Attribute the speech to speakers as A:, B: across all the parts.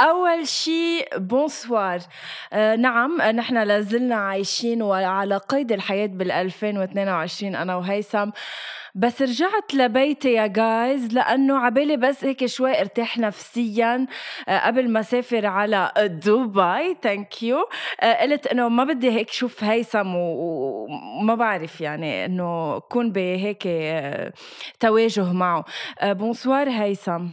A: أول شيء بونسوار آه نعم آه، نحن لازلنا عايشين وعلى قيد الحياة بال 2022 أنا وهيثم بس رجعت لبيتي يا جايز لأنه عبالي بس هيك شوي ارتاح نفسيا آه، قبل ما سافر على دبي ثانك يو قلت انه ما بدي هيك شوف هيثم و- و- وما بعرف يعني انه كون بهيك آه، تواجه معه آه، بونسوار هيثم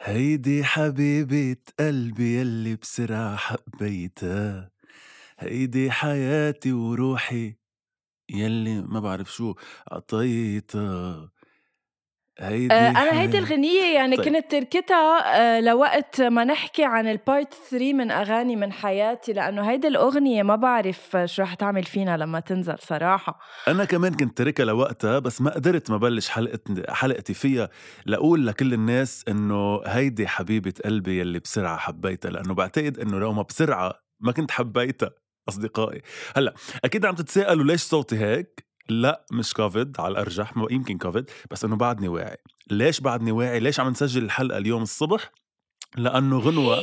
B: هيدي حبيبة قلبي يلي بسرعة حبيتها هيدي حياتي وروحي يلي ما بعرف شو عطيتها هيدي
A: آه، انا هيدي
B: حياتي-
A: الغنيه يعني
B: طيب.
A: كنت تركتها آه، لوقت ما نحكي عن البارت 3 من اغاني من حياتي لانه هيدي الاغنيه ما بعرف شو رح تعمل فينا لما تنزل صراحه
B: أنا كمان كنت تركها لوقتها بس ما قدرت ما بلش حلقة حلقتي فيها لأقول لكل الناس إنه هيدي حبيبة قلبي يلي بسرعة حبيتها لأنه بعتقد إنه لو ما بسرعة ما كنت حبيتها أصدقائي هلا أكيد عم تتساءلوا ليش صوتي هيك لا مش كوفيد على الأرجح ما- يمكن كوفيد بس إنه بعدني واعي ليش بعدني واعي ليش عم نسجل الحلقة اليوم الصبح لأنه غنوة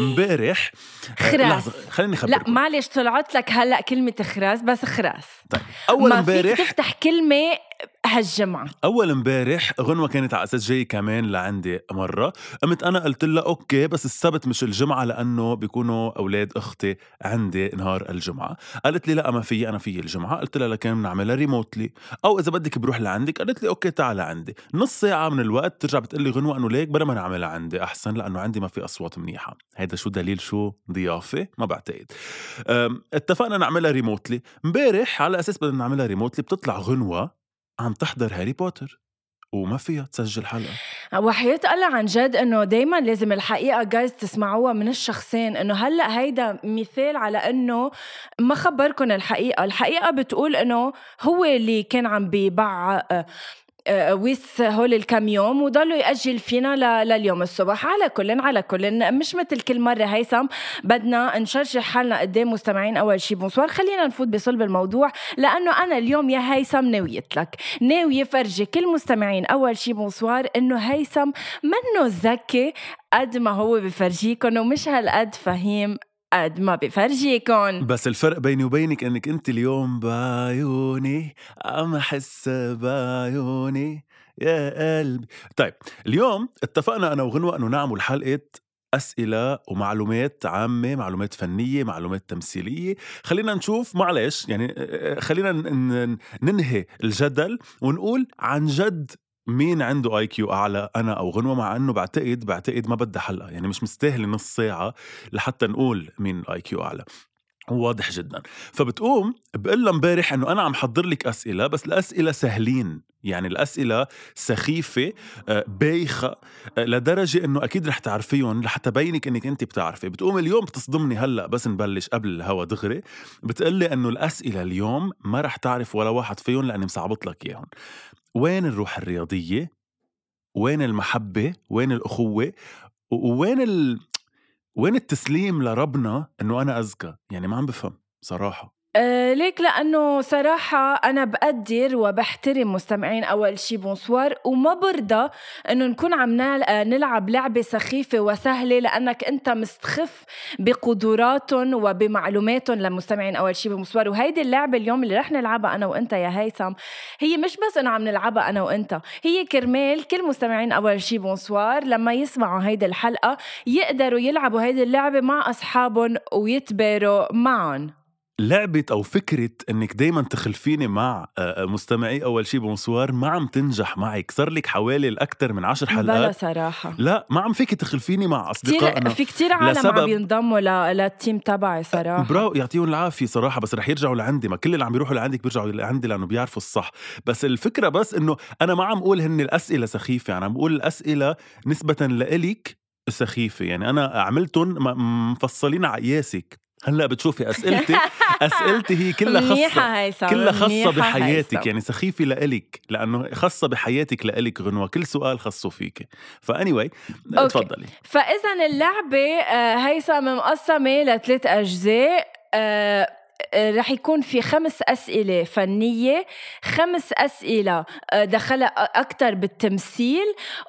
B: امبارح آه،
A: خراس
B: لحظة، خليني
A: لا
B: أخبركم
A: معلش طلعت لك هلا كلمه خراس بس خراس
B: أول
A: ما فيك
B: طيب. امبارح
A: تفتح كلمه هالجمعه
B: اول امبارح غنوه كانت على اساس جاي كمان لعندي مره قمت انا قلت لها اوكي بس السبت مش الجمعه لانه بيكونوا اولاد اختي عندي نهار الجمعه قالت لي لا ما في انا في الجمعه قلت لها لكن بنعملها ريموتلي او اذا بدك بروح لعندك قالت لي اوكي تعال عندي نص ساعه من الوقت ترجع بتقول لي غنوه انه ليك بلا ما نعملها عندي احسن لانه عندي ما في اصوات منيحه هيدا شو دليل شو ضيافه ما بعتقد أم، اتفقنا نعملها ريموتلي امبارح على اساس بدنا نعملها ريموتلي بتطلع غنوه عم تحضر هاري بوتر وما فيها تسجل حلقه
A: وحياة الله عن جد انه دايما لازم الحقيقه جايز تسمعوها من الشخصين انه هلا هيدا مثال على انه ما خبركن الحقيقه، الحقيقه بتقول انه هو اللي كان عم بيبع ويس هول الكم يوم وضلوا يأجل فينا ل- لليوم الصبح على كل على كل مش مثل كل مرة هيثم بدنا نشرشح حالنا قدام مستمعين أول شي بونسوار خلينا نفوت بصلب الموضوع لأنه أنا اليوم يا هيثم ناويت لك ناوية فرجي كل مستمعين أول شي بونسوار إنه هيثم منه ذكي قد ما هو بفرجيكم ومش هالقد فهيم قد ما بفرجيكم
B: بس الفرق بيني وبينك انك انت اليوم بعيوني عم احس بعيوني يا قلبي طيب اليوم اتفقنا انا وغنوه انه نعمل حلقه اسئله ومعلومات عامه معلومات فنيه معلومات تمثيليه خلينا نشوف معلش يعني آه، آه، خلينا ن- ن- ننهي الجدل ونقول عن جد مين عنده اي كيو اعلى انا او غنوه مع انه بعتقد بعتقد ما بدها حلقه يعني مش مستاهل نص ساعه لحتى نقول مين الاي كيو اعلى واضح جدا فبتقوم بقول لها امبارح انه انا عم حضر لك اسئله بس الاسئله سهلين يعني الاسئله سخيفه آه، بايخه آه، لدرجه انه اكيد رح تعرفيهم لحتى بينك انك انت بتعرفي بتقوم اليوم بتصدمني هلا بس نبلش قبل الهوا دغري بتقول لي انه الاسئله اليوم ما رح تعرف ولا واحد فيهم لاني مصعبط لك اياهم وين الروح الرياضيه وين المحبه وين الاخوه و- وين ال... وين التسليم لربنا انه انا اذكى يعني ما عم بفهم صراحه
A: أه ليك لأنه صراحة أنا بقدر وبحترم مستمعين أول شي بونسوار وما برضى إنه نكون عم نال- آه، نلعب لعبة سخيفة وسهلة لأنك أنت مستخف بقدراتهم وبمعلوماتهم لمستمعين أول شي بونسوار وهيدي اللعبة اليوم اللي رح نلعبها أنا وأنت يا هيثم هي مش بس إنه عم نلعبها أنا وأنت هي كرمال كل مستمعين أول شي بونسوار لما يسمعوا هيدي الحلقة يقدروا يلعبوا هيدي اللعبة مع أصحابهم ويتباروا معهم
B: لعبة أو فكرة إنك دايما تخلفيني مع آه، آه، مستمعي أول شي بونسوار ما عم تنجح معك صار لك حوالي الأكثر من عشر
A: بلا
B: حلقات
A: صراحة
B: لا ما عم فيك تخلفيني مع
A: كتير
B: أصدقائنا
A: في كتير عالم
B: لسبب-
A: عم ينضموا ل- للتيم تبعي صراحة
B: براو يعطيهم العافية صراحة بس رح يرجعوا لعندي ما كل اللي عم بيروحوا لعندك بيرجعوا لعندي لأنه بيعرفوا الصح بس الفكرة بس إنه أنا ما عم أقول هن الأسئلة سخيفة أنا عم بقول الأسئلة نسبة لإلك سخيفة يعني أنا عملتهم م- مفصلين على قياسك هلا بتشوفي اسئلتي اسئلتي هي كلها خاصه
A: منيحة هيثم
B: كلها خاصه
A: منيحة
B: بحياتك
A: هيثم.
B: يعني سخيفه لإلك لانه خاصه بحياتك لإلك غنوه كل سؤال خاصه فيك فاني واي
A: أوكي.
B: تفضلي
A: فاذا اللعبه آه، هيثم مقسمه لثلاث اجزاء آه، آه، رح يكون في خمس أسئلة فنية خمس أسئلة آه، دخلها أكثر بالتمثيل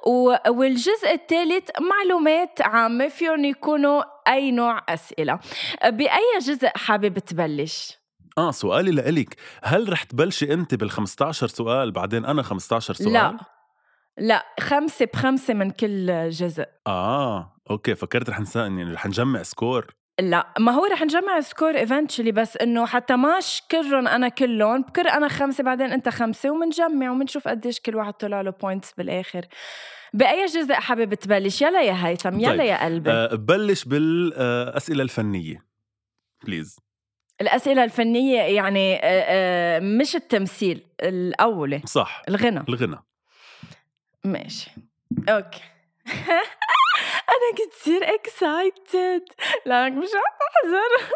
A: و- والجزء الثالث معلومات عامة فيهم يكونوا أي نوع أسئلة آه، بأي جزء حابب تبلش؟
B: اه سؤالي لإلك هل رح تبلشي انت بال15 سؤال بعدين انا 15 سؤال
A: لا لا خمسة بخمسة من كل جزء
B: اه اوكي فكرت رح نسا... يعني رح نجمع سكور
A: لا ما هو رح نجمع سكور ايفنتشلي بس انه حتى ما شكرهم انا كلهم بكر انا خمسه بعدين انت خمسه ومنجمع ومنشوف قديش كل واحد طلع له بوينتس بالاخر باي جزء حابب تبلش يلا يا هيثم يلا
B: طيب.
A: يا قلبي أه
B: آه ببلش بالاسئله الفنيه بليز
A: الاسئله الفنيه يعني أه أه مش التمثيل الاولى
B: صح
A: الغنى
B: الغنى
A: ماشي اوكي انا كنت كثير اكسايتد لانك مش عم احزر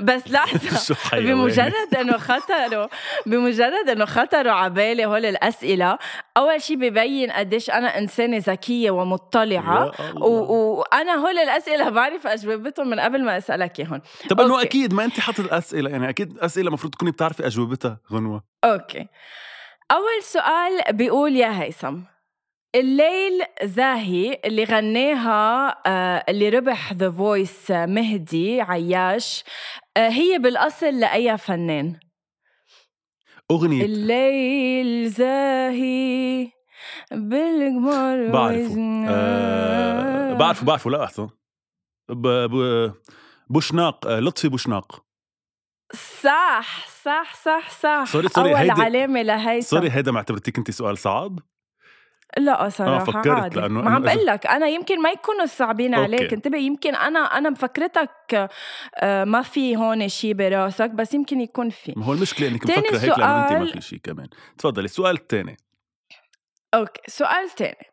A: بس لحظه
B: شو حيواني.
A: بمجرد انه خطروا بمجرد انه خطروا على بالي هول الاسئله اول شيء ببين قديش انا انسانه ذكيه ومطلعه
B: يا الله.
A: و- وانا هول الاسئله بعرف اجوبتهم من قبل ما اسالك اياهم
B: طب انه
A: أوكي.
B: اكيد ما انت حاطط اسئله يعني اكيد اسئله المفروض تكوني بتعرفي اجوبتها غنوه
A: اوكي اول سؤال بيقول يا هيثم الليل زاهي اللي غناها آه، اللي ربح ذا فويس مهدي عياش آه، هي بالاصل لاي فنان
B: اغنيه
A: الليل زاهي بالقمر
B: بعرفه
A: وزنا-
B: آه بعرفه بعرفه لا احسن ب... ب... بوشناق آه، لطفي بوشناق
A: صح صح صح صح
B: سوري، سوري،
A: اول
B: هيدي-
A: علامه لهيثم
B: سوري هيدا ما اعتبرتيك انت سؤال صعب
A: لا صراحه
B: فكرت
A: عادي.
B: لأنه
A: ما عم
B: أنا إذا-
A: بقول لك انا يمكن ما يكونوا صعبين
B: أوكي.
A: عليك انتبه يمكن انا انا مفكرتك آه، ما في هون شيء براسك بس يمكن يكون في
B: ما هو المشكله انك
A: تاني
B: مفكره هيك لانه انت ما
A: سؤال.
B: في شيء كمان تفضلي السؤال الثاني
A: اوكي سؤال تاني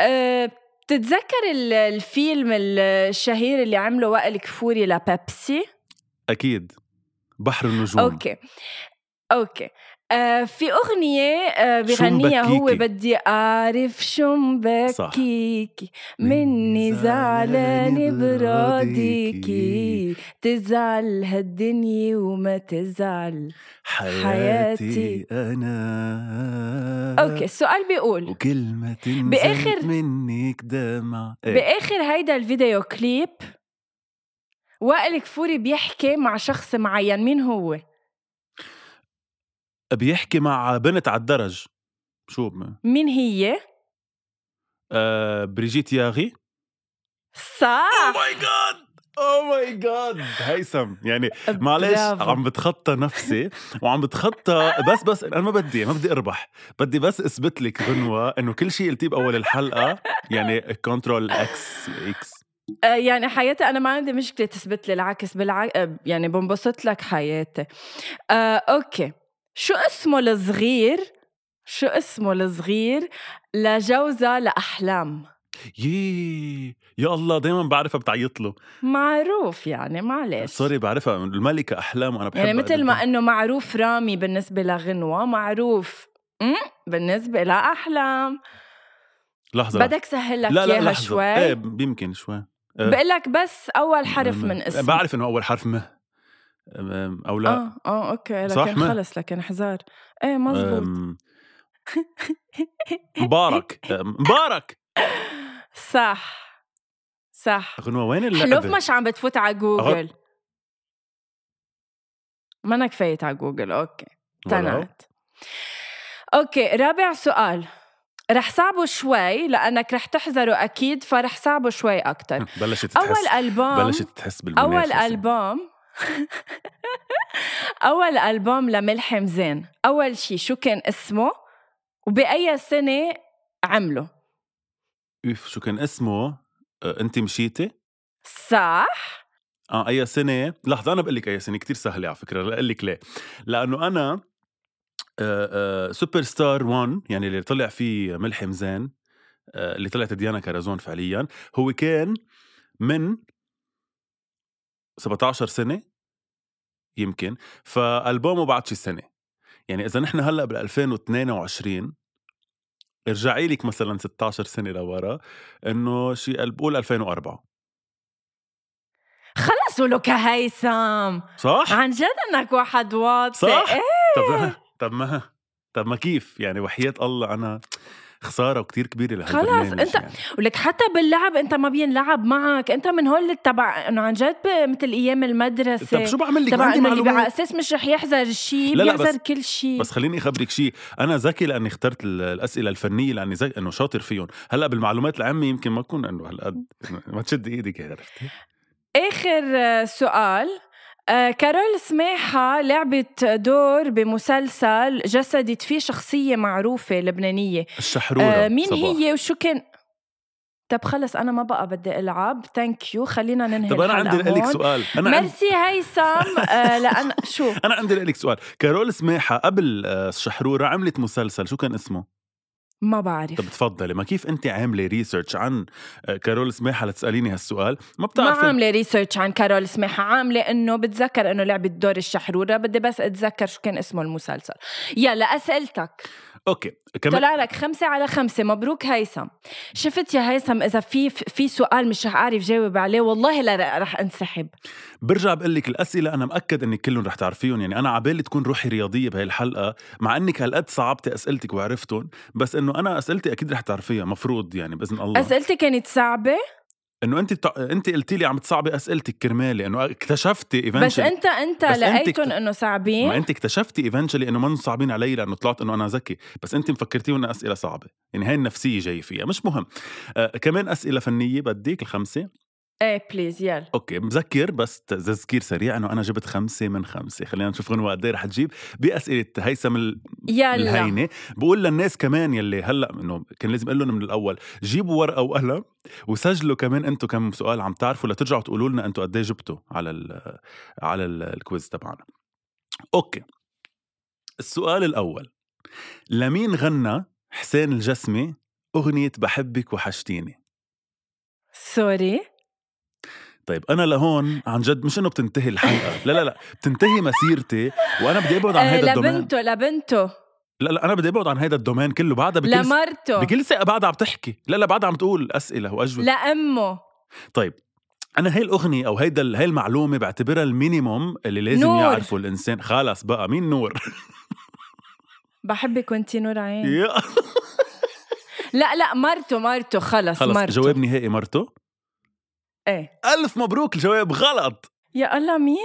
A: أه بتتذكر ال- الفيلم الشهير اللي عمله وائل كفوري لبيبسي؟
B: اكيد بحر النجوم
A: اوكي اوكي آه في أغنية آه
B: شو
A: بغنيها هو
B: مبكيكي؟
A: بدي أعرف شو مبكيكي مني زعلانة براضيكي تزعل هالدنيا وما تزعل
B: حياتي,
A: حياتي.
B: انا
A: أوكي السؤال بيقول
B: وكلمة تنزل
A: بآخر-
B: منك دمع إيه.
A: بآخر هيدا الفيديو كليب وائل كفوري بيحكي مع شخص معين مين هو؟
B: بيحكي مع بنت على الدرج شو بم-
A: مين هي؟
B: آه بريجيت ياغي Oh
A: صح
B: ماي جاد او ماي جاد Oh هيثم يعني معلش
A: برافو.
B: عم بتخطى نفسي وعم بتخطى بس بس انا ما بدي ما بدي اربح بدي بس اثبت لك غنوه انه كل شيء قلتيه باول الحلقه يعني كنترول اكس اكس
A: آه، يعني حياتي انا ما عندي مشكله تثبت لي العكس بالع... آه، يعني بنبسط لك حياتي آه، اوكي شو اسمه الصغير شو اسمه الصغير لجوزة لأحلام
B: يي يا الله دائما بعرفها بتعيط له
A: معروف يعني معلش
B: سوري بعرفها الملكه احلام وانا بحبها
A: يعني مثل
B: جداً.
A: ما انه معروف رامي بالنسبة لغنوة معروف م? بالنسبة لأحلام
B: لحظه لحظة.
A: بدك سهل لك
B: لا لا
A: اياها
B: لحظة.
A: شوي
B: ايه يمكن شوي
A: بقول لك بس أول حرف
B: أم-
A: من اسمه
B: بعرف انه اول حرف م أم- او لا
A: اه اه اوكي
B: صح
A: لكن
B: ما؟
A: خلص لكن حزار ايه مزبوط
B: أم، مبارك أم، مبارك
A: صح صح
B: غنوة وين
A: حلوف
B: اللعبة؟
A: مش عم بتفوت على جوجل منك فايت على جوجل اوكي
B: ولو.
A: تنعت اوكي رابع سؤال رح صعبه شوي لانك رح تحذره اكيد فرح صعبه شوي اكثر
B: بلشت تحس
A: اول البوم
B: بلشت تحس
A: اول
B: بالمنافسة
A: البوم اول البوم لملحم زين اول شيء شو كان اسمه وباي سنه عمله
B: اوف شو كان اسمه؟ أه، انت مشيتي؟
A: صح
B: اه اي سنة؟ لحظة انا بقول لك اي سنة كتير سهلة على فكرة بقول لك ليه؟ لأنه أنا آه، آه، سوبر ستار 1 يعني اللي طلع فيه ملحم زين آه، اللي طلعت ديانا كرزون فعليا هو كان من 17 سنه يمكن فالبومه بعد شي سنه يعني اذا نحن هلا بال 2022 ارجعي لك مثلا 16 سنه لورا انه شي قلب- بقول 2004
A: خلصوا لك هيثم
B: صح؟
A: عن جد انك واحد واطي
B: صح؟
A: إيه؟
B: طب طب ما طب ما كيف يعني وحياة الله انا خساره وكتير كبيره لهالبرنامج
A: خلاص، أنت-
B: يعني.
A: ولك حتى باللعب انت ما بينلعب معك انت من هول اللي تبع انه عن جد ب- مثل ايام
B: طب
A: المدرسه
B: شو بعمل لك
A: تبع
B: عندي
A: انه اللي على
B: معلومات
A: اساس مش رح يحذر شيء
B: لا، لا، بس-
A: بيحذر كل شيء
B: بس خليني اخبرك شيء انا ذكي لاني اخترت ال- الاسئله الفنيه لاني ذكي انه شاطر فيهم هلا بالمعلومات العامه يمكن ما اكون انه هالقد ما تشد ايدك عرفتي
A: اخر آه، سؤال آه، كارول سماحة لعبت دور بمسلسل جسدت فيه شخصية معروفة لبنانية
B: الشحروره
A: آه، مين
B: صباح.
A: هي وشو كان طب خلص أنا ما بقى بدي ألعب ثانك يو خلينا ننهي
B: طب انا
A: الحلقة
B: عندي لك
A: هون.
B: سؤال انا عندي
A: ميرسي هيثم آه، لأن شو
B: انا عندي لك سؤال كارول سماحه قبل آه، الشحروره عملت مسلسل شو كان اسمه
A: ما
B: طب
A: بعرف
B: تفضلي ما كيف انت عامله ريسيرش عن آه، كارول سماحه لتساليني هالسؤال ما
A: ما
B: بتعرفي
A: عاملة ريسيرش عن كارول سماحة عاملة انه بتذكر انه لعبت دور الشحرورة بدي بس اتذكر شو كان اسمه المسلسل يلا اسئلتك
B: اوكي كمان
A: طلع لك خمسة على خمسة مبروك هيثم شفت يا هيثم إذا في في سؤال مش رح أعرف جاوب عليه والله لا رح- رح أنسحب
B: برجع بقول لك الاسئله انا مأكد انك كلهم رح تعرفيهم يعني انا عبالي تكون روحي رياضيه بهي الحلقه مع انك هالقد صعبتي اسئلتك وعرفتهم بس انه انا اسئلتي اكيد رح تعرفيها مفروض يعني باذن الله
A: أسئلتي كانت صعبة
B: انه انت بتع... انت قلتي لي عم تصعبي اسئلتك كرمالي انه اكتشفتي
A: بس
B: eventually
A: أنت أنت
B: بس أنت
A: لقيتهم
B: كت-
A: إنه
B: ما
A: صعبين
B: انت اكتشفتي ايفنشلي انه ما صعبين علي لانه طلعت انه انا ذكي بس انت مفكرتي انه اسئله صعبه يعني هاي النفسيه جاي فيها مش مهم آه كمان اسئله فنيه بديك الخمسه
A: إيه بليز يلا
B: اوكي مذكر بس تذكير سريع انه انا جبت خمسة من خمسة خلينا نشوف غنوة قد ايه رح تجيب باسئله هيثم ال-
A: يلا
B: الهينه بقول للناس كمان يلي هلا انه كان لازم اقول لهم من الاول جيبوا ورقه وقلم وسجلوا كمان انتم كم سؤال عم تعرفوا لترجعوا تقولوا لنا انتم قد ايه جبتوا على ال على ال الكويز تبعنا اوكي السؤال الاول لمين غنى حسين الجسمي اغنيه بحبك وحشتيني
A: سوري
B: طيب انا لهون عن جد مش انه بتنتهي الحلقه لا لا لا بتنتهي مسيرتي وانا بدي ابعد عن
A: آه،
B: هذا الدومين
A: لبنته لبنته
B: لا لا انا بدي ابعد عن هذا الدومين كله بعدها بكل
A: لمرته
B: بكل ثقه بعدها عم تحكي لا لا بعدها عم تقول اسئله واجوبه
A: لأمه
B: طيب انا هاي الاغنيه او هيدا ال- هاي المعلومه بعتبرها المينيموم اللي لازم
A: نور.
B: يعرفه الانسان خلص بقى مين نور
A: بحبك وانتي نور عين
B: يا.
A: لا لا مرته مرته خلص,
B: خلص
A: مرته
B: جواب نهائي مرته
A: إيه
B: الف مبروك الجواب غلط
A: يا الله مين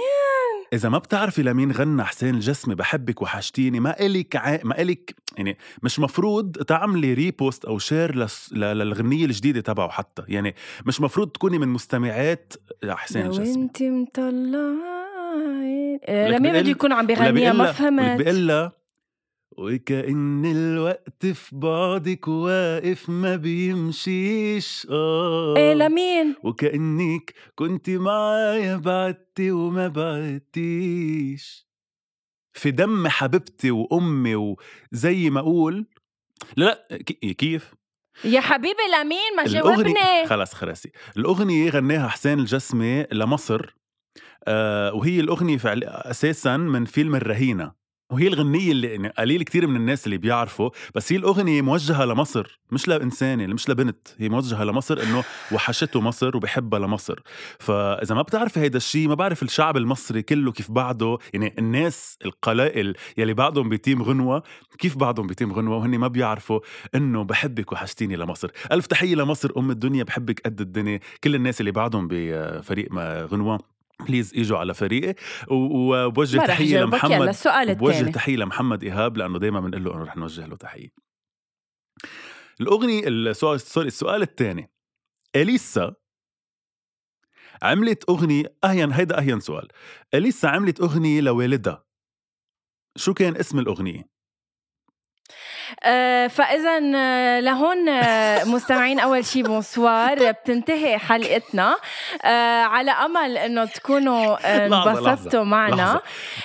B: اذا ما بتعرفي لمين غنى حسين الجسمي بحبك وحشتيني ما الك ع... ما الك يعني مش مفروض تعملي ريبوست او شير لس... ل... للغنيه الجديده تبعه حتى يعني مش مفروض تكوني من مستمعات حسين
A: لو
B: الجسمي
A: انتي مطلعين آه،
B: ولك
A: لمين بده
B: بقل-
A: يكون عم بيغنيها ما فهمت
B: بقلها وكأن الوقت في بعدك واقف ما بيمشيش اه
A: ايه لمين؟
B: وكأنك كنت معايا بعدتي وما بعدتيش في دم حبيبتي وأمي وزي ما أقول لا لا كي- كيف؟
A: يا حبيبي لمين ما
B: الأغنية
A: جاوبني
B: خلاص خلاصي الأغنية غناها حسين الجسمي لمصر آه وهي الأغنية فعل... أساسا من فيلم الرهينة وهي الغنية اللي يعني قليل كتير من الناس اللي بيعرفوا بس هي الأغنية موجهة لمصر مش لإنسانة مش لبنت هي موجهة لمصر إنه وحشته مصر وبحبها لمصر فإذا ما بتعرفي هيدا الشيء ما بعرف الشعب المصري كله كيف بعده يعني الناس القلائل يلي بعدهم بتيم غنوة كيف بعدهم بتيم غنوة وهن ما بيعرفوا انه بحبك وحشتيني لمصر الف تحيه لمصر ام الدنيا بحبك قد الدنيا كل الناس اللي بعدهم بفريق ما غنوة بليز اجوا على فريقي و- و- وبوجه
A: ما رح
B: تحيه
A: جاوبك يلا
B: لمحمد
A: السؤال
B: بوجه
A: الثاني
B: تحيه لمحمد ايهاب لانه دائما بنقول له انه رح نوجه له تحيه الاغنيه السؤال سوري السؤال الثاني اليسا عملت اغنيه اهين هيدا اهين سؤال اليسا عملت اغنيه لوالدها شو كان اسم الاغنيه
A: آه، فاذا آه، لهون آه، مستمعين اول شيء بونسوار بتنتهي حلقتنا آه، على امل انه تكونوا آه،
B: لحظة، لحظة،
A: انبسطتوا معنا
B: لحظة.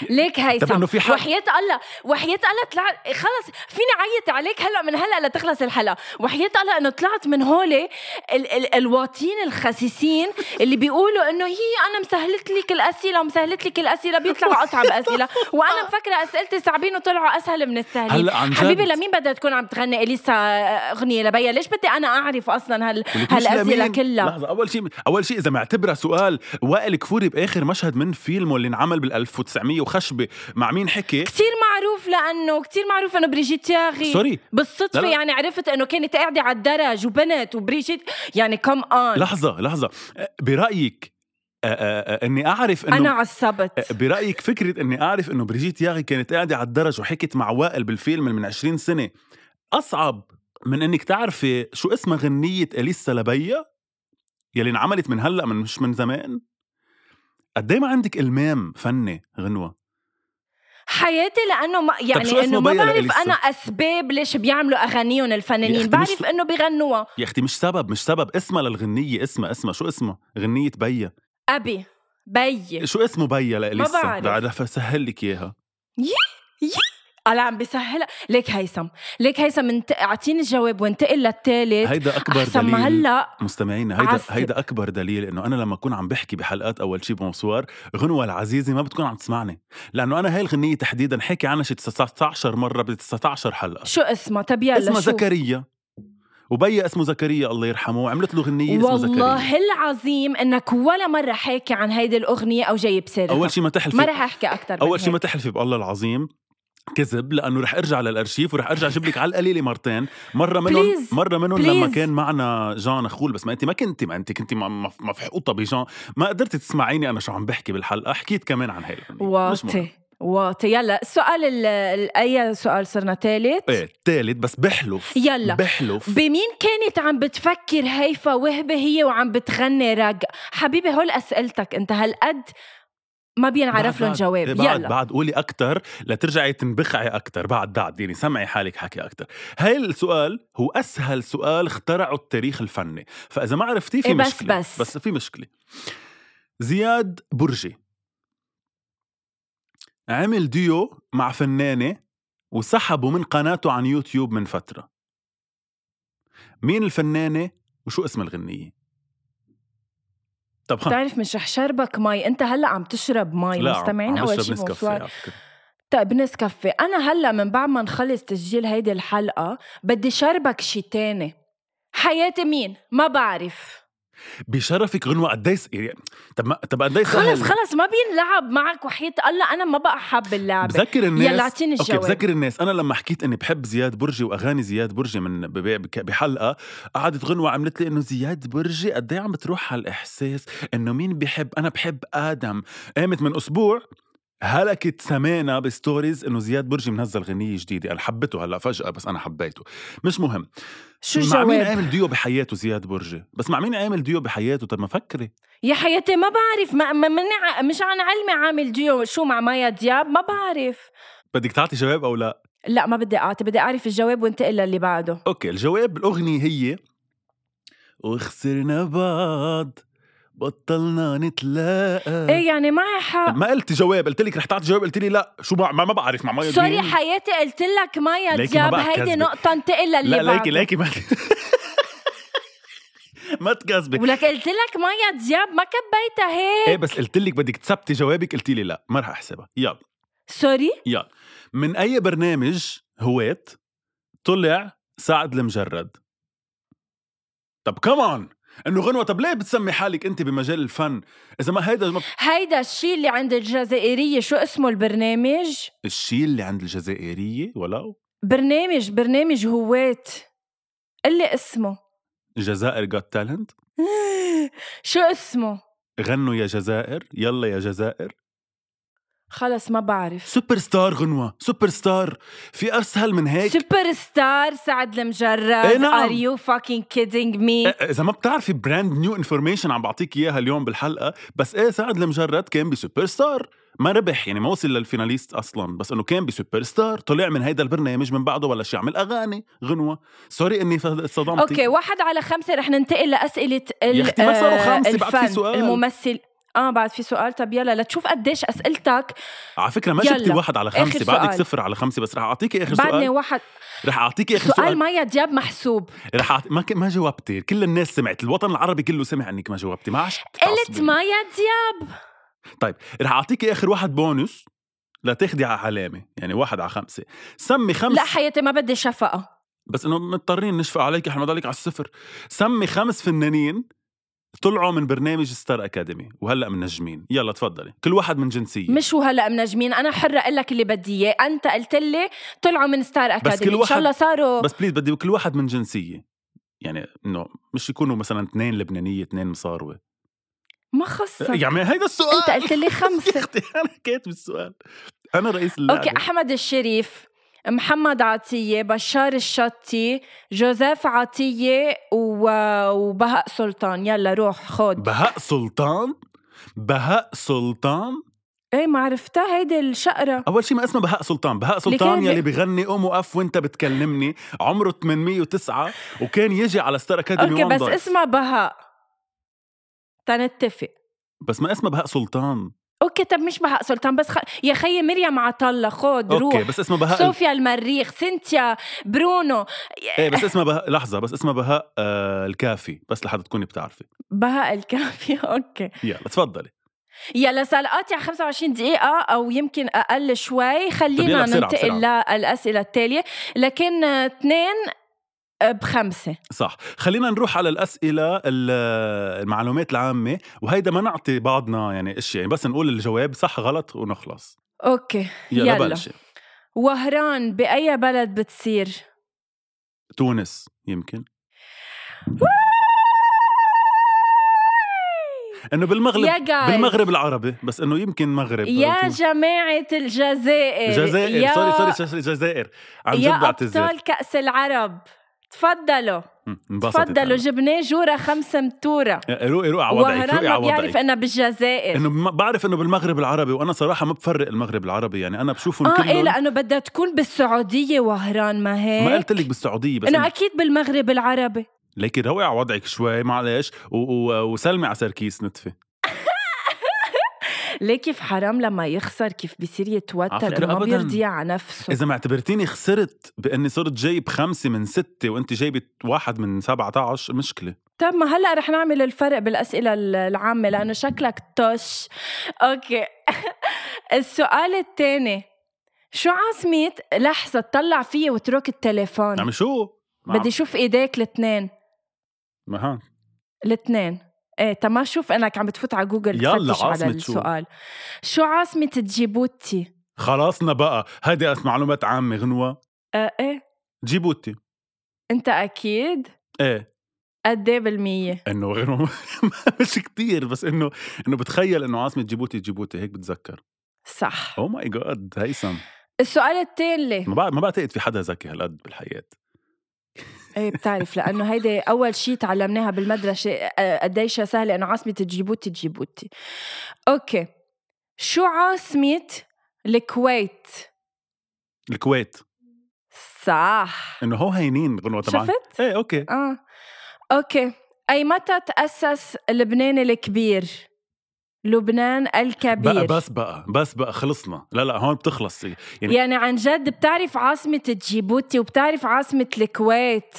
A: ليك
B: طب
A: هيثم
B: إنه في حق.
A: وحياة الله وحياة الله طلعت خلص فيني عيط عليك هلا من هلا لتخلص الحلقه وحياة الله انه طلعت من هولي ال- ال- الواطين الخسيسين اللي بيقولوا انه هي انا مسهلت لك الاسئله ومسهلت لك الاسئله بيطلعوا اصعب اسئله وانا مفكره اسئلتي صعبين وطلعوا اسهل من السهلين
B: هلا عن جد.
A: يعني حبيبي لمين بدها تكون عم تغني اليسا اغنيه لبيا ليش بدي انا اعرف اصلا هال
B: ولك مش
A: هالاسئله
B: لمين؟
A: كلها
B: لحظة أول شيء أول شيء إذا معتبرها سؤال وائل كفوري بآخر مشهد من فيلمه اللي انعمل بال 1900 وخشبة مع مين حكي؟
A: كثير معروف لانه كثير معروف انه بريجيت ياغي
B: سوري.
A: بالصدفه
B: لا لا.
A: يعني عرفت انه كانت قاعده على الدرج وبنت وبريجيت يعني كم اون
B: لحظة لحظة برأيك آه، آه، آه، إني أعرف إنه
A: انا عصبت
B: برأيك فكرة إني أعرف إنه بريجيت ياغي كانت قاعدة على الدرج وحكت مع وائل بالفيلم من 20 سنة أصعب من إنك تعرفي شو اسمها غنية أليسا لبيا يلي انعملت من هلا من مش من زمان قد إيه ما عندك المام فني غنوه
A: حياتي لانه ما
B: شو
A: يعني
B: اسمه
A: انه ما
B: بيا
A: بعرف
B: لإليسا؟
A: انا اسباب ليش بيعملوا اغانيهم
B: يا أختي
A: الفنانين
B: مش-
A: بعرف انه بيغنوها
B: يا اختي مش سبب مش سبب اسمها للغنيه اسمها اسمها شو اسمها غنيه بيا
A: ابي بي
B: شو اسمه بيا لاليسا
A: ما بعرف.
B: بعد فسهل لك اياها
A: هلا عم بسهلها ليك هيثم ليك هيثم انت اعطيني الجواب وانتقل للثالث
B: هيدا اكبر
A: احسن إيه، ما
B: دليل
A: هلا
B: مستمعينا هيدا
A: عصب.
B: هيدا اكبر دليل انه انا لما اكون عم بحكي بحلقات اول شي بونسوار غنوه العزيزه ما بتكون عم تسمعني لانه انا هاي الغنيه تحديدا حكي عنها شي 19 مره ب 19 حلقه
A: شو اسمها طب يلا
B: اسمها
A: شو
B: زكريا وبيا اسمه زكريا الله يرحمه عملت له غنيه اسمها زكريا
A: والله العظيم انك ولا مره حاكي عن هيدي الاغنيه او جايب سيرتها
B: اول شي ما تحلفي
A: ما رح احكي اكثر
B: اول شيء ما تحلفي بالله العظيم كذب لانه رح ارجع للارشيف ورح ارجع اجيب لك على القليله مرتين مره منهم
A: Please.
B: مره منهم لما
A: Please.
B: كان معنا جان خول بس ما انت ما كنتي ما انت كنتي م- مف- مفحوطه بجان ما قدرتي تسمعيني انا شو عم بحكي بالحلقه حكيت كمان عن هاي الأغنية. مش مهم.
A: واطي واطي يلا السؤال ال- ال- اي سؤال صرنا ثالث
B: ايه تالت بس بحلف
A: يلا.
B: بحلف
A: بمين كانت عم بتفكر هيفا وهبه هي وعم بتغني رق حبيبي هول اسئلتك انت هالقد ما بينعرف
B: بعد-
A: لهم
B: بعد-
A: جواب
B: إيه بعد
A: يلا
B: بعد قولي اكثر لترجعي تنبخعي اكثر بعد بعد يعني سمعي حالك حكي اكثر هاي السؤال هو اسهل سؤال اخترعه التاريخ الفني فاذا ما عرفتيه في
A: إيه بس-
B: مشكله
A: بس.
B: بس في مشكله زياد برجي عمل ديو مع فنانه وسحبوا من قناته عن يوتيوب من فتره مين الفنانه وشو اسم الغنيه طب خلص
A: بتعرف مش رح شربك مي انت هلا عم تشرب مي مستمعين اول شيء بونسوار طيب نسكافيه انا هلا من بعد ما نخلص تسجيل هيدي الحلقه بدي شربك شي تاني حياتي مين ما بعرف
B: بشرفك غنوة قد ايه س- يعني طب ما طب قد ايه
A: خلص
B: سهل؟
A: خلص ما بينلعب معك وحيط الله انا ما بقى حب اللعبه
B: بذكر الناس
A: يلا اعطيني
B: اوكي
A: الجواب
B: بذكر الناس انا لما حكيت اني بحب زياد برجي واغاني زياد برجي من ب- ب- بحلقه قعدت غنوة عملت لي انه زياد برجي قد ايه عم تروح على الاحساس انه مين بيحب انا بحب ادم قامت من اسبوع هلكت سمانة بستوريز انه زياد برجي منزل غنية جديدة انا حبيته هلا فجأة بس انا حبيته مش مهم
A: شو
B: مع مين
A: الجواب
B: عامل ديو بحياته زياد برجي بس مع مين عامل ديو بحياته طب ما فكري
A: يا حياتي ما بعرف ما ما- منع مش عن علمي عامل ديو شو مع مايا دياب ما بعرف
B: بدك تعطي جواب او لا
A: لا ما بدي اعطي بدي اعرف الجواب وانتقل للي بعده
B: اوكي الجواب بالاغنيه هي وخسرنا بعض بطلنا نتلاقى
A: ايه يعني معي حق
B: ما قلت جواب قلت لك رح تعطي جواب قلت لي لا شو ما, ما, ما بعرف مع مايا
A: سوري
B: دياب.
A: حياتي قلت لك مايا
B: ليكي ما
A: دياب
B: بقى
A: هيدي
B: كذبة.
A: نقطه انتقل للي
B: لا ليكي
A: بعده
B: ليكي ما ما تكذبك
A: ولك قلت لك مايا دياب ما كبيتها
B: ايه
A: هيك
B: بس قلت لك بدك تثبتي جوابك قلت لي لا ما رح احسبها يلا
A: سوري
B: يلا من اي برنامج هوات طلع سعد المجرد طب كمان انه غنوه طب ليه بتسمي حالك انت بمجال الفن اذا ما هيدا ما
A: هيدا الشيء اللي عند الجزائريه شو اسمه البرنامج
B: الشيء اللي عند الجزائرية ولو
A: برنامج برنامج هوات اللي اسمه
B: جزائر جات تالنت
A: شو اسمه
B: غنوا يا جزائر يلا يا جزائر
A: خلص ما بعرف
B: سوبر ستار غنوه سوبر ستار في اسهل من هيك
A: سوبر ستار سعد المجرد
B: إيه نعم.
A: ار يو فاكينج كيدينج مي
B: إيه، اذا ما بتعرفي براند نيو انفورميشن عم بعطيك اياها اليوم بالحلقه بس ايه سعد المجرد كان بسوبر ستار ما ربح يعني ما وصل للفيناليست اصلا بس انه كان بسوبر ستار طلع من هيدا البرنامج من بعده بلش يعمل اغاني غنوه سوري اني ف- صدمتك
A: اوكي واحد على خمسة رح ننتقل لاسئله ال-
B: نعم. يا أختي ما صاروا
A: آه،
B: خمسة، بعد في
A: الفن
B: سؤال.
A: الممثل اه بعد في سؤال طب يلا لتشوف قديش اسئلتك
B: على فكره ما
A: يلا.
B: جبتي واحد على
A: آخر
B: خمسه بعدك
A: سؤال.
B: صفر على خمسه بس رح اعطيكي اخر
A: بعدني
B: سؤال
A: واحد
B: رح اعطيكي اخر
A: سؤال,
B: سؤال,
A: مايا دياب محسوب
B: رح أعطي... ما ك... ما جاوبتي كل الناس سمعت الوطن العربي كله سمع انك ما جاوبتي ما عشت
A: قلت مايا دياب
B: طيب رح اعطيكي اخر واحد بونس لتاخدي على علامه يعني واحد على خمسه سمي خمس
A: لا حياتي ما بدي شفقه
B: بس انه مضطرين نشفق عليك احنا ضلك على الصفر سمي خمس فنانين طلعوا من برنامج ستار اكاديمي وهلا منجمين يلا تفضلي كل واحد من جنسيه
A: مش وهلا منجمين انا حره اقول لك اللي بدي اياه انت قلت لي طلعوا من ستار
B: كل
A: اكاديمي ان
B: واحد-
A: شاء الله صاروا
B: بس بليز بدي كل واحد من جنسيه يعني انه مش يكونوا مثلا اثنين لبنانيه اثنين مصاروه
A: ما خصك
B: يعني هيدا السؤال
A: انت قلت لي
B: يا
A: خمسه
B: اختي انا كاتب السؤال انا رئيس اللعبه
A: اوكي احمد الشريف محمد عطيه بشار الشطي جوزيف عطيه و... وبهاء سلطان يلا روح خد
B: بهاء سلطان بهاء سلطان
A: ايه ما عرفتها هيدي الشقره
B: اول شيء ما اسمه بهاء سلطان بهاء
A: اللي
B: سلطان
A: كان-
B: يلي بغني قوم وقف وانت بتكلمني عمره 809 وكان يجي على ستار اكاديمي
A: اوكي
B: وان
A: بس
B: ضايف.
A: اسمها بهاء تنتفق
B: بس ما اسمه بهاء سلطان
A: اوكي طب مش بهاء سلطان بس خ... يا خيي مريم عطله خد روح
B: اوكي بس اسمه بهاء ال-
A: صوفيا المريخ سينتيا برونو
B: ايه بس اسمه بهاء لحظه بس اسمه بهاء آه الكافي بس لحد تكوني بتعرفي
A: بهاء الكافي اوكي
B: يلا تفضلي
A: يلا سلقات على 25 دقيقة أو يمكن أقل شوي
B: طب يلا
A: خلينا
B: بسرعة،
A: ننتقل للأسئلة التالية لكن آه، اثنين آه، بخمسة
B: صح خلينا نروح على الاسئله ال- آه، المعلومات العامه وهيدا ما نعطي بعضنا يعني اشياء يعني بس نقول الجواب صح غلط ونخلص
A: أوكي
B: يلا,
A: يلا.
B: يلا. بلشي
A: وهران بأي بلد بتصير؟
B: تونس يمكن انه بالمغرب
A: يا guys.
B: بالمغرب العربي بس انه يمكن مغرب
A: يا جماعة الجزائر
B: جزائر
A: يا...
B: سوري سوري سوري جزائر عن جد
A: يا
B: بعتذر
A: أبطال كأس العرب تفضلوا
B: مم، انبسطت
A: تفضلوا
B: أنا.
A: جبناه جورة خمسة متورة
B: روقي روقي على وضعك
A: وهران
B: روقي
A: ما
B: على
A: بيعرف
B: وضعك
A: أنها بالجزائر
B: انه ما- بعرف انه بالمغرب العربي وانا صراحه ما بفرق المغرب العربي يعني انا بشوفهم
A: اه ايه
B: كلهم
A: لانه بدها تكون بالسعوديه وهران ما هيك
B: ما قلت لك بالسعوديه بس
A: انا اكيد بالمغرب العربي
B: ليكي روقي على وضعك شوي معلش و- و- وسلمي على سركيس نتفه
A: ليه كيف حرام لما يخسر كيف بيصير
B: على
A: يتوتر
B: فكرة
A: إنه ما
B: أبداً.
A: بيرضي على نفسه
B: إذا ما اعتبرتيني خسرت بإني صرت جايب خمسة من ستة وأنت جايبة واحد من 17 مشكلة
A: طب طيب، ما هلا رح نعمل الفرق بالاسئله ال- العامه لانه شكلك طش اوكي السؤال الثاني شو عاصمة لحظة طلع فيي واترك التليفون
B: عم شو؟ ما عم-
A: بدي شوف ايديك الاثنين
B: ما ها
A: الاثنين ايه تما شوف انك عم بتفوت على جوجل
B: يلا،
A: تفتش على
B: عاصمة شو؟
A: السؤال شو عاصمة جيبوتي؟
B: خلصنا بقى هيدي معلومات عامة غنوة
A: آه ايه
B: جيبوتي
A: انت اكيد
B: ايه
A: قد ايه بالمية؟
B: انه غنوة مش كتير بس انه انه بتخيل انه عاصمة جيبوتي جيبوتي هيك بتذكر Oh
A: صح
B: او ماي جاد هيثم
A: السؤال التالي
B: ما بعد ما بعتقد في حدا ذكي هالقد بالحياة
A: ايه بتعرف لانه هيدي اول شيء تعلمناها بالمدرسة آه، قديش سهلة انه عاصمة جيبوتي جيبوتي اوكي شو عاصمة الكويت؟
B: الكويت
A: صح
B: انه هو هينين غنوة طبعا
A: شفت؟
B: ايه اوكي
A: اه اوكي اي متى تأسس لبنان الكبير؟ لبنان
B: بقى
A: الكبير
B: بس بقى بس بقى خلصنا لا لا هون بتخلص يعني
A: يعني عن جد بتعرف عاصمة جيبوتي وبتعرف عاصمة الكويت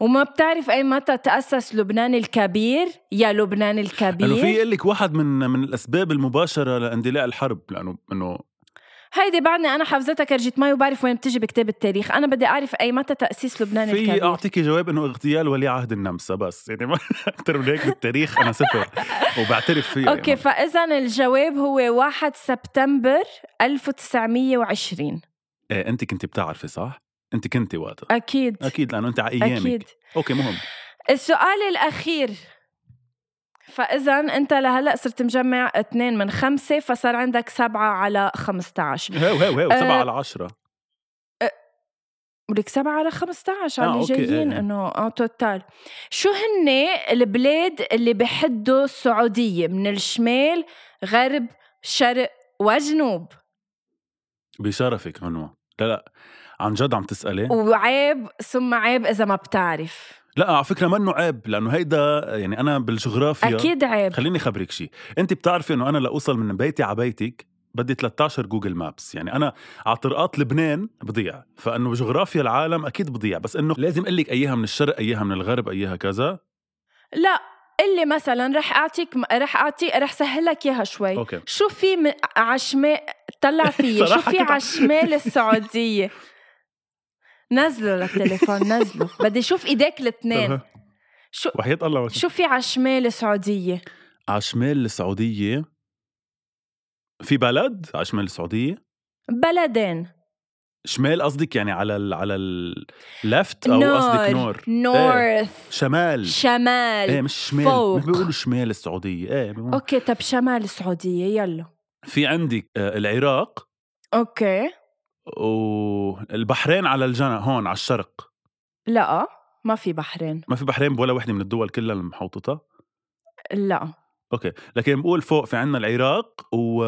A: وما بتعرف اي متى تأسس لبنان الكبير يا لبنان
B: انه في
A: الكبير
B: يقول لك واحد من من الاسباب المباشره لاندلاع الحرب لانه انه
A: هيدي بعدني انا حافظتها كرجة مي وبعرف وين بتجي بكتاب التاريخ انا بدي اعرف اي متى تأسيس لبنان
B: في
A: الكبير
B: اعطيك جواب انه اغتيال ولي عهد النمسا بس يعني ما اكثر من هيك بالتاريخ انا صفر وبعترف فيه
A: اوكي
B: يعني.
A: فاذا الجواب هو 1 سبتمبر 1920
B: إيه انت كنت بتعرفي صح؟ انت كنت وقتها
A: اكيد
B: اكيد لانه انت على ايامك
A: اكيد
B: اوكي مهم
A: السؤال الاخير فاذا انت لهلا صرت مجمع اثنين من خمسه فصار عندك سبعه على 15
B: هاو هاو هاو
A: آه،
B: 7 على 10
A: ولك سبعة على 15 على
B: آه،
A: اللي
B: أوكي، إيه،
A: جايين
B: إيه.
A: انه اه توتال شو هن البلاد اللي بحدوا السعودية من الشمال غرب شرق وجنوب
B: بشرفك عنوان لا لا عن جد عم تسألي
A: وعيب ثم عيب اذا ما بتعرف
B: لا على فكرة منه عيب لأنه هيدا يعني أنا بالجغرافيا
A: اكيد عيب
B: خليني خبرك شيء انت بتعرفي انه انا لاوصل من بيتي على بيتك بدي 13 جوجل مابس يعني انا على طرقات لبنان بضيع فانه جغرافيا العالم اكيد بضيع بس انه لازم اقول لك اياها من الشرق اياها من الغرب اياها كذا
A: لا اللي مثلا رح اعطيك رح اعطيك رح سهلك اياها شوي
B: اوكي
A: شو في م... عشماء طلع فيي شو
B: صراحة
A: في
B: كنت عم-
A: عشمال السعودية نزله للتليفون نزله بدي اشوف ايديك الاثنين شو
B: وحياة الله ما شفت.
A: شو في عشمال السعودية؟
B: على شمال السعودية في بلد على شمال السعودية
A: بلدين
B: شمال قصدك يعني على ال على اللفت او قصدك نور إيه.
A: نورث
B: شمال
A: شمال
B: ايه مش شمال
A: فوق.
B: ما بيقولوا شمال السعودية ايه بيقولوا-
A: اوكي طب شمال السعودية يلا
B: في عندك آه، العراق
A: اوكي
B: والبحرين على الجنة هون على الشرق
A: لا ما في بحرين
B: ما في بحرين بولا وحده من الدول كلها المحوطة
A: لا
B: اوكي لكن بقول فوق في عنا العراق و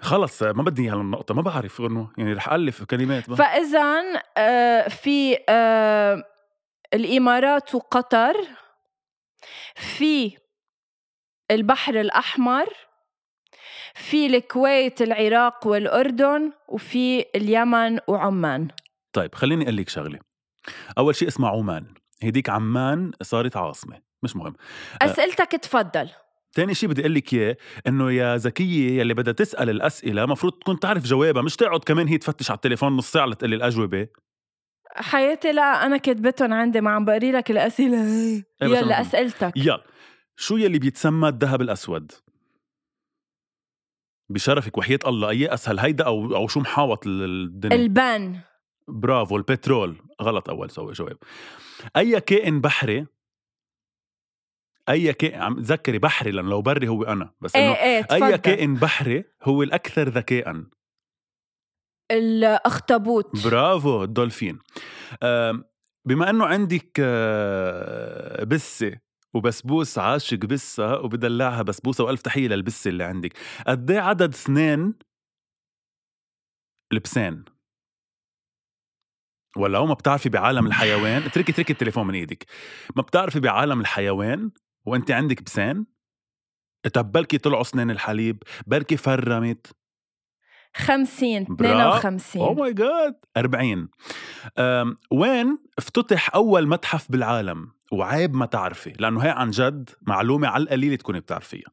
B: خلص ما بدي اياها النقطة ما بعرف انه يعني رح الف كلمات بقى.
A: فاذا آه، في آه، الامارات وقطر في البحر الاحمر في الكويت العراق والاردن وفي اليمن وعمان
B: طيب خليني اقول لك شغلة اول شيء اسمها عمان هديك عمان صارت عاصمة مش مهم
A: اسئلتك تفضل
B: تاني شيء بدي اقول لك اياه انه يا ذكيه يلي بدها تسال الاسئله مفروض تكون تعرف جوابها مش تقعد كمان هي تفتش على التليفون نص ساعه لتقلي الاجوبه
A: حياتي لا انا كتبتهم عندي ما عم بقري لك الاسئله
B: إيه، بس
A: يلا
B: أنا-
A: اسئلتك
B: يلا شو يلي بيتسمى الذهب الاسود بشرفك وحياة الله اي اسهل هيدا او او شو محاوط ال- الدنيا
A: البن
B: برافو البترول غلط اول سوي جواب اي كائن بحري اي كائن عم تذكري بحري لانه لو بري هو انا بس
A: ايه
B: انه
A: ايه
B: اي
A: تفضل
B: كائن بحري هو الاكثر ذكاء
A: الاخطبوط
B: برافو الدولفين آم، بما انه عندك آه، بسه وبسبوس عاشق بسه وبدلعها بسبوسه والف تحيه للبسه اللي عندك قد إيه عدد سنان لبسان ولا هو ما بتعرفي بعالم الحيوان اتركي اتركي التليفون من ايدك ما بتعرفي بعالم الحيوان وانت عندك بسان طب بلكي طلعوا سنان الحليب بلكي فرمت
A: 50
B: برا- اوه
A: 52
B: ماي جاد 40 أم، وين افتتح اول متحف بالعالم وعيب ما تعرفي لانه هي عن جد معلومه على القليل تكوني بتعرفيها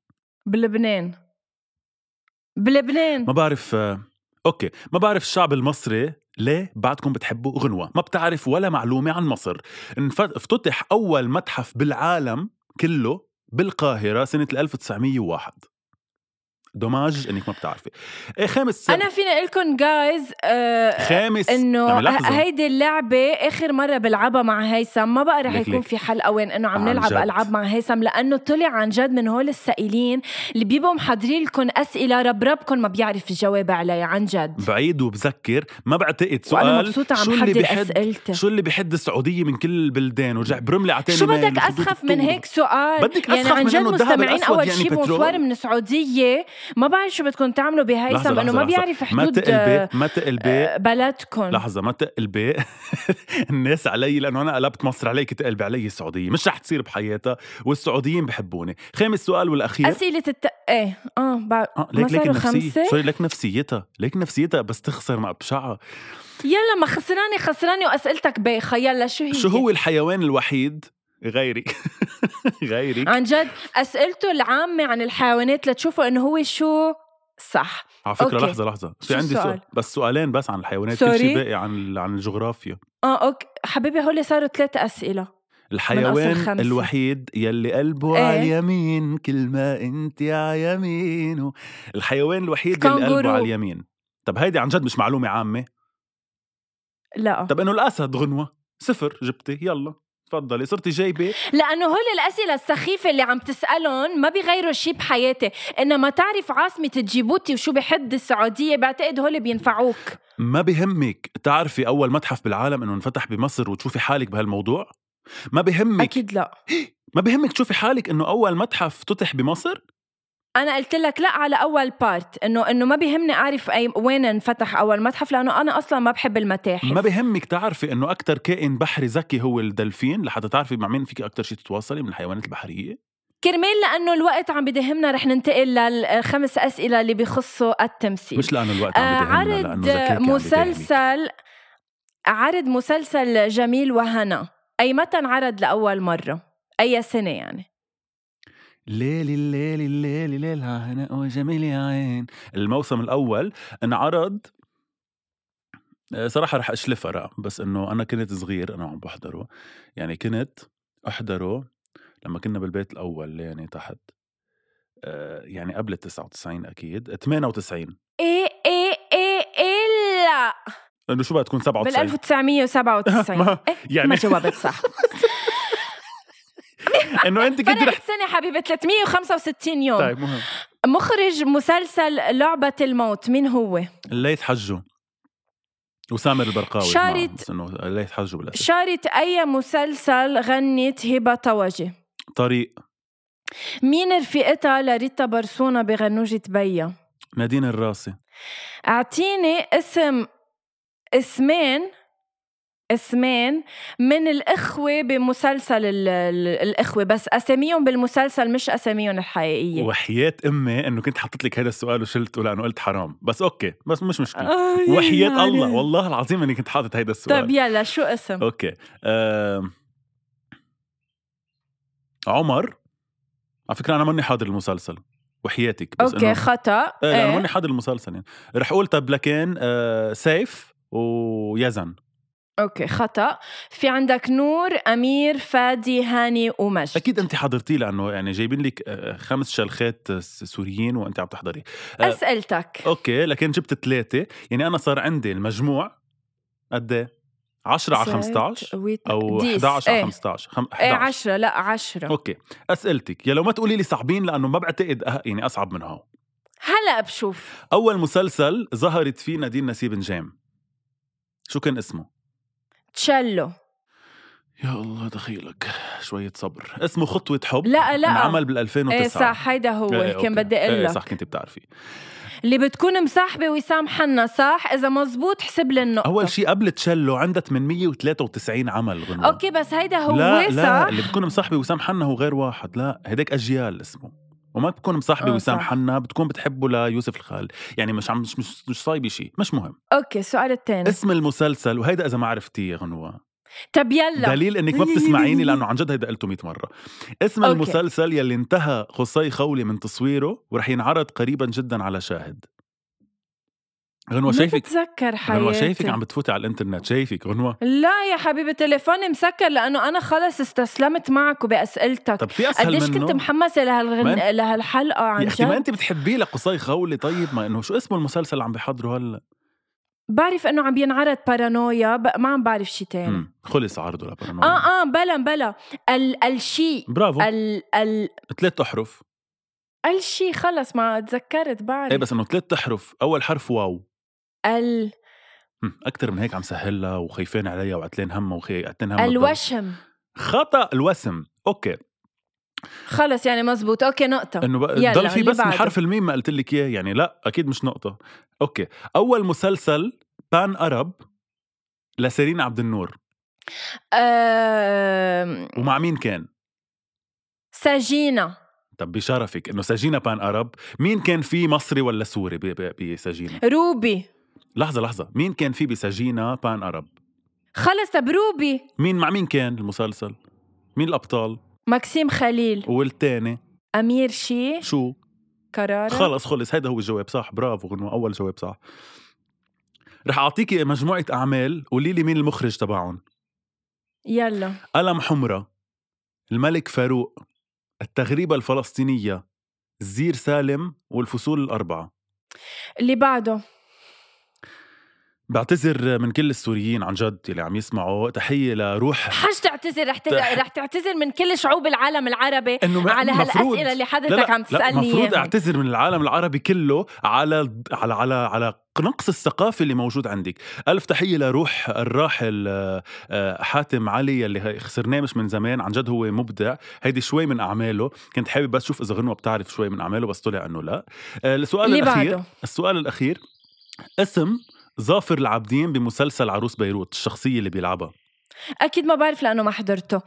A: بلبنان بلبنان
B: ما بعرف أه، اوكي ما بعرف الشعب المصري ليه بعدكم بتحبوا غنوة ما بتعرف ولا معلومة عن مصر انف- افتتح أول متحف بالعالم كله بالقاهرة سنة 1901 دوماج انك ما بتعرفي ايه خامس
A: انا فيني اقول لكم جايز آه
B: خامس
A: انه
B: عم لحظة.
A: ه- هيدي اللعبه اخر مره بلعبها مع هيثم ما بقى رح
B: ليك-
A: يكون
B: ليك.
A: في حلقه وين انه عم
B: عن
A: نلعب
B: جد.
A: العاب مع هيثم لانه طلع عن جد من هول السائلين اللي بيبقوا محضرين لكم اسئله رب ربكم ما بيعرف الجواب عليها عن جد
B: بعيد وبذكر ما بعتقد
A: وانا
B: سؤال
A: مبسوطه
B: شو
A: عم
B: اللي
A: حضر
B: بيحد
A: اسئلتي
B: شو اللي بيحد السعوديه من كل البلدان ورجع برملي على تاني
A: شو
B: ميل
A: بدك
B: وخدود
A: اسخف من
B: الطوب.
A: هيك سؤال
B: بدك
A: يعني
B: أسخف
A: عن
B: من
A: جد
B: إنه الذهب
A: مستمعين
B: الأسود
A: اول
B: يعني
A: شيء
B: بترول؟
A: بونسوار من السعوديه ما بعرف شو بدكم تعملوا
B: لحظة،
A: بهيثم
B: لحظة،
A: انه ما
B: لحظة.
A: بيعرف
B: ما
A: حدود آه،
B: تقلبي ما تقلبي
A: آه، بلدكم
B: لحظة ما تقلبي الناس علي لأنه أنا قلبت مصر عليك تقلبي علي السعودية مش رح تصير بحياتها والسعوديين بحبوني خامس سؤال والأخير
A: اسئله الت... ايه اه بعد
B: اه
A: ما
B: ليك ليك
A: صاروا
B: النفسية
A: خمسه
B: سوري ليك نفسيتها ليك نفسيتها بس تخسر مع بشعة
A: يلا ما خسراني خسراني واسئلتك بايخه يلا شو هي
B: شو هو الحيوان الوحيد غيرك غيرك
A: عن جد اسئلته العامه عن الحيوانات لتشوفوا انه هو شو صح
B: على فكرة
A: أوكي.
B: لحظة لحظة في
A: شو
B: عندي
A: السؤال؟
B: سؤال بس سؤالين بس عن الحيوانات كل
A: سوري؟
B: شيء باقي عن ال- عن الجغرافيا
A: اه اوكي حبيبي هول صاروا ثلاث اسئله خمسة.
B: الحيوان الوحيد يلي قلبه
A: إيه؟
B: ايه؟ على اليمين كل ما انت على يمينه الحيوان الوحيد يلي
A: كانجورو.
B: قلبه على اليمين طب هيدي عن جد مش معلومة عامة
A: لا آه.
B: طب انه الاسد غنوة صفر جبتي يلا تفضلي صرتي جايبه
A: لانه هول الاسئله السخيفه اللي عم تسالهم ما بيغيروا شيء بحياتي انما تعرف عاصمه جيبوتي وشو بحد السعوديه بعتقد هول بينفعوك
B: ما بهمك تعرفي اول متحف بالعالم انه انفتح بمصر وتشوفي حالك بهالموضوع ما بهمك
A: اكيد لا
B: ما بهمك تشوفي حالك انه اول متحف فتح بمصر
A: انا قلت لك لا على اول بارت انه انه ما بيهمني اعرف اي وين انفتح اول متحف لانه انا اصلا ما بحب المتاحف
B: ما بهمك تعرفي انه اكثر كائن بحري ذكي هو الدلفين لحتى تعرفي مع مين فيك اكثر شيء تتواصلي من الحيوانات البحريه
A: كرمال لانه الوقت عم بدهمنا رح ننتقل للخمس اسئله اللي بخصوا التمثيل
B: مش لانه الوقت
A: آه،
B: عم بدهمنا لانه
A: عرض
B: ذكاك عم بدهمك.
A: مسلسل عرض مسلسل جميل وهنا اي متى انعرض لاول مره اي سنه يعني
B: ليلي الليلي الليلي الليل هنا وجميل يا عين الموسم الاول انعرض آه، صراحة رح أشلفها رأى بس إنه أنا كنت صغير أنا عم بحضره يعني كنت أحضره لما كنا بالبيت الأول يعني تحت آه، يعني قبل 99 أكيد 98
A: ايه ايه ايه ايه لا
B: إنه شو بقى تكون
A: بال
B: 97
A: 1997
B: ما- يعني
A: ما جاوبت إيه، صح
B: إنه أنت كنت
A: فرقت
B: رح
A: سنه حبيبه 365 يوم
B: طيب مهم
A: مخرج مسلسل لعبة الموت مين هو؟
B: الليث حجه وسامر البرقاوي معهم،
A: شارت-
B: بس إنه الليث حجه بالأساس
A: شارت أي مسلسل غنت هبة طوجي؟
B: طريق
A: مين رفيقتها لريتا برسونا بغنوجة بيا؟
B: نادين الراسي
A: أعطيني اسم اسمين اسمين من الإخوة بمسلسل ال- ال- الإخوة بس أساميهم بالمسلسل مش أساميهم الحقيقية
B: وحياة امي انه كنت حطيت لك هذا السؤال وشلته لانه قلت حرام بس اوكي بس مش مشكله
A: آه،
B: وحياة
A: يعني.
B: الله والله العظيم اني كنت حاطط هذا السؤال
A: طيب يلا شو اسم؟
B: اوكي أم... عمر على فكره انا ماني حاضر المسلسل وحياتك بس
A: اوكي
B: إنه...
A: خطأ
B: إيه، انا
A: إيه.
B: ماني حاضر المسلسل يعني رح اقول طب لكن أه... سيف ويزن
A: اوكي خطأ في عندك نور أمير فادي هاني ومجد
B: اكيد انت حضرتي لانه يعني جايبين لك آه، خمس شلخات آه، سوريين وانت عم تحضري آه.
A: أسئلتك
B: اوكي لكن جبت ثلاثه يعني انا صار عندي المجموع قد ايه 10 على 15 او 11 على 15 خم...
A: 11
B: 11
A: 10 إيه، لا 10
B: اوكي اسئلتك يا لو ما تقولي لي صعبين لانه ما بعتقد أه... يعني اصعب من هون
A: هلا بشوف
B: اول مسلسل ظهرت فيه نادين نسيب نجام شو كان اسمه
A: تشيلو
B: يا الله دخيلك شويه صبر اسمه خطوه حب
A: لا، لا.
B: عمل بال 2009
A: ايه صح هيدا هو
B: إيه،
A: كان
B: أوكي.
A: بدي اقول
B: إيه،
A: لك
B: صح كنت بتعرفي
A: اللي بتكون مصاحبه وسام حنا صح اذا مزبوط حسب لي النقطه
B: اول شيء قبل تشلو عندها 893 عمل غنوة
A: اوكي بس هيدا هو
B: لا لا
A: صح
B: اللي بتكون مصاحبه وسام حنا هو غير واحد لا هداك اجيال اسمه وما بتكون مصاحبه
A: آه،
B: وسام
A: صح.
B: حنا بتكون بتحبه ليوسف الخال يعني مش عم مش مش, مش صايبه شيء مش مهم
A: اوكي السؤال الثاني
B: اسم المسلسل وهيدا اذا ما عرفتيه يا غنوة
A: طب طيب، يلا
B: دليل انك ما بتسمعيني لانه عن جد هيدا قلته 100 مره اسم
A: أوكي.
B: المسلسل يلي انتهى قصي خولي من تصويره ورح ينعرض قريبا جدا على شاهد غنوة
A: ما
B: شايفك
A: بتذكر حياتي
B: غنوة شايفك عم بتفوتي على الانترنت شايفك غنوة
A: لا يا حبيبي تليفوني مسكر لانه انا خلص استسلمت معك وباسئلتك
B: طب في اسهل
A: قديش
B: منه
A: كنت محمسه لهالغن...
B: ما-
A: لهالحلقه عن
B: يا اختي ما
A: جد
B: انت بتحبيه لقصي خولي طيب ما انه شو اسم المسلسل اللي عم بيحضره هلا
A: بعرف انه عم بينعرض بارانويا ب... ما عم بعرف شي تاني
B: مم. خلص عرضه لبرنامج
A: اه اه بلا بلا ال... الشي
B: برافو
A: ال... ال...
B: ثلاث احرف
A: الشي خلص ما تذكرت بعرف
B: ايه بس انه ثلاث احرف اول حرف واو
A: ال...
B: اكثر من هيك عم سهلها وخايفين عليها وعتلين هم وخي عتلين هم بالضبط.
A: الوشم
B: خطا الوسم اوكي
A: خلص يعني مزبوط اوكي نقطة
B: انه
A: يلا،
B: بقى- ضل في
A: اللي
B: بس من
A: بعده.
B: حرف الميم ما قلت لك اياه يعني لا اكيد مش نقطه اوكي اول مسلسل بان ارب لسيرين عبد النور
A: آم،
B: ومع مين كان
A: سجينة
B: طب بشرفك انه سجينه بان ارب مين كان في مصري ولا سوري ب- ب- بسجينه
A: روبي
B: لحظه لحظه مين كان في بسجينه بان ارب
A: خلص طب روبي
B: مين مع مين كان المسلسل؟ مين الابطال؟
A: مكسيم خليل
B: والتاني
A: أمير شي
B: شو؟
A: كرارة
B: خلص خلص هيدا هو الجواب صح برافو غنوة اول جواب صح رح اعطيكي مجموعة اعمال قولي لي مين المخرج تبعهم
A: يلا
B: قلم حمرة الملك فاروق التغريبة الفلسطينية الزير سالم والفصول الأربعة
A: اللي بعده
B: بعتذر من كل السوريين عن جد اللي عم يسمعوا تحيه لروح
A: حج تعتذر رح ت-
B: تح-
A: رح تعتذر من كل شعوب العالم العربي
B: انه طيب. ما-
A: على
B: مفروض-
A: هالاسئله اللي حضرتك عم
B: لا
A: تسالني
B: المفروض
A: إياها.
B: اعتذر من العالم العربي كله على على على على نقص الثقافة اللي موجود عندك ألف تحية لروح الراحل آه، آه، حاتم علي اللي هي- خسرناه مش من زمان عن جد هو مبدع هيدي شوي من أعماله كنت حابب بس شوف إذا غنوة بتعرف شوي من أعماله بس طلع أنه لا آه، السؤال
A: اللي
B: الأخير
A: بعده
B: السؤال الأخير اسم ظافر العابدين بمسلسل عروس بيروت الشخصية اللي بيلعبها
A: اكيد ما بعرف لانه ما حضرته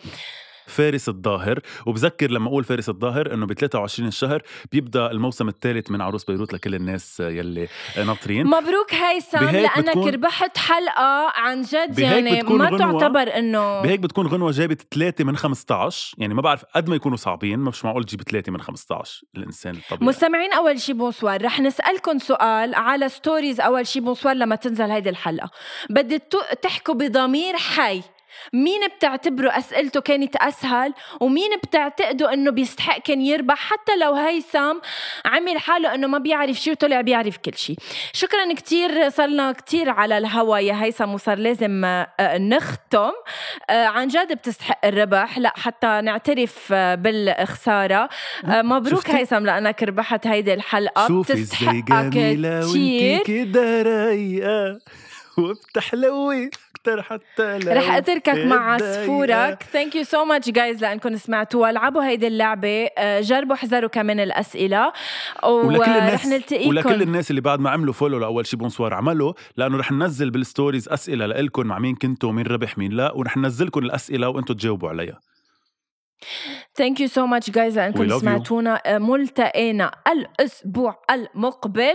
B: فارس الظاهر وبذكر لما اقول فارس الظاهر انه ب 23 الشهر بيبدا الموسم الثالث من عروس بيروت لكل الناس يلي ناطرين
A: مبروك هيثم
B: بهيك
A: لانك
B: بتكون-
A: ربحت حلقه عن جد
B: بهيك
A: يعني
B: بتكون
A: ما
B: غنوة.
A: تعتبر انه
B: بهيك بتكون غنوة جابت 3 من 15 يعني ما بعرف قد ما يكونوا صعبين مش معقول تجيب 3 من 15 الانسان الطبيعي
A: مستمعين اول شي بونسوار رح نسالكم سؤال على ستوريز اول شي بونسوار لما تنزل هيدي الحلقه بدي تو- تحكوا بضمير حي مين بتعتبروا اسئلته كانت اسهل ومين بتعتقدوا انه بيستحق كان يربح حتى لو هيثم عمل حاله انه ما بيعرف شيء وطلع بيعرف كل شيء شكرا كتير صرنا كتير على الهوا يا هيثم وصار لازم آه، نختم آه، عن جد بتستحق الربح لا حتى نعترف آه، بالخساره آه، مبروك
B: شفتي؟
A: هيثم لانك ربحت هيدي الحلقه
B: شوفي ازاي جميلة
A: بتستحقك كتير
B: وانتي كده رايقة وبتحلوي أكتر حتى لو
A: رح اتركك مع
B: بتضايقة.
A: عصفورك ثانك يو سو ماتش جايز لانكم سمعتوها العبوا هيدي اللعبه آه، جربوا احذروا كمان الاسئله
B: ولكل
A: ورح
B: الناس ولكل
A: نلتقيكم
B: الناس اللي بعد ما عملوا فولو لاول شي بونسوار عملوا لانه رح ننزل بالستوريز اسئله لإلكم مع مين كنتوا مين ربح مين لا ورح ننزلكم الاسئله وانتم تجاوبوا عليها
A: ثانك يو سو ماتش جايز
B: We love
A: لانكم
B: you.
A: سمعتونا آه، ملتقينا الاسبوع المقبل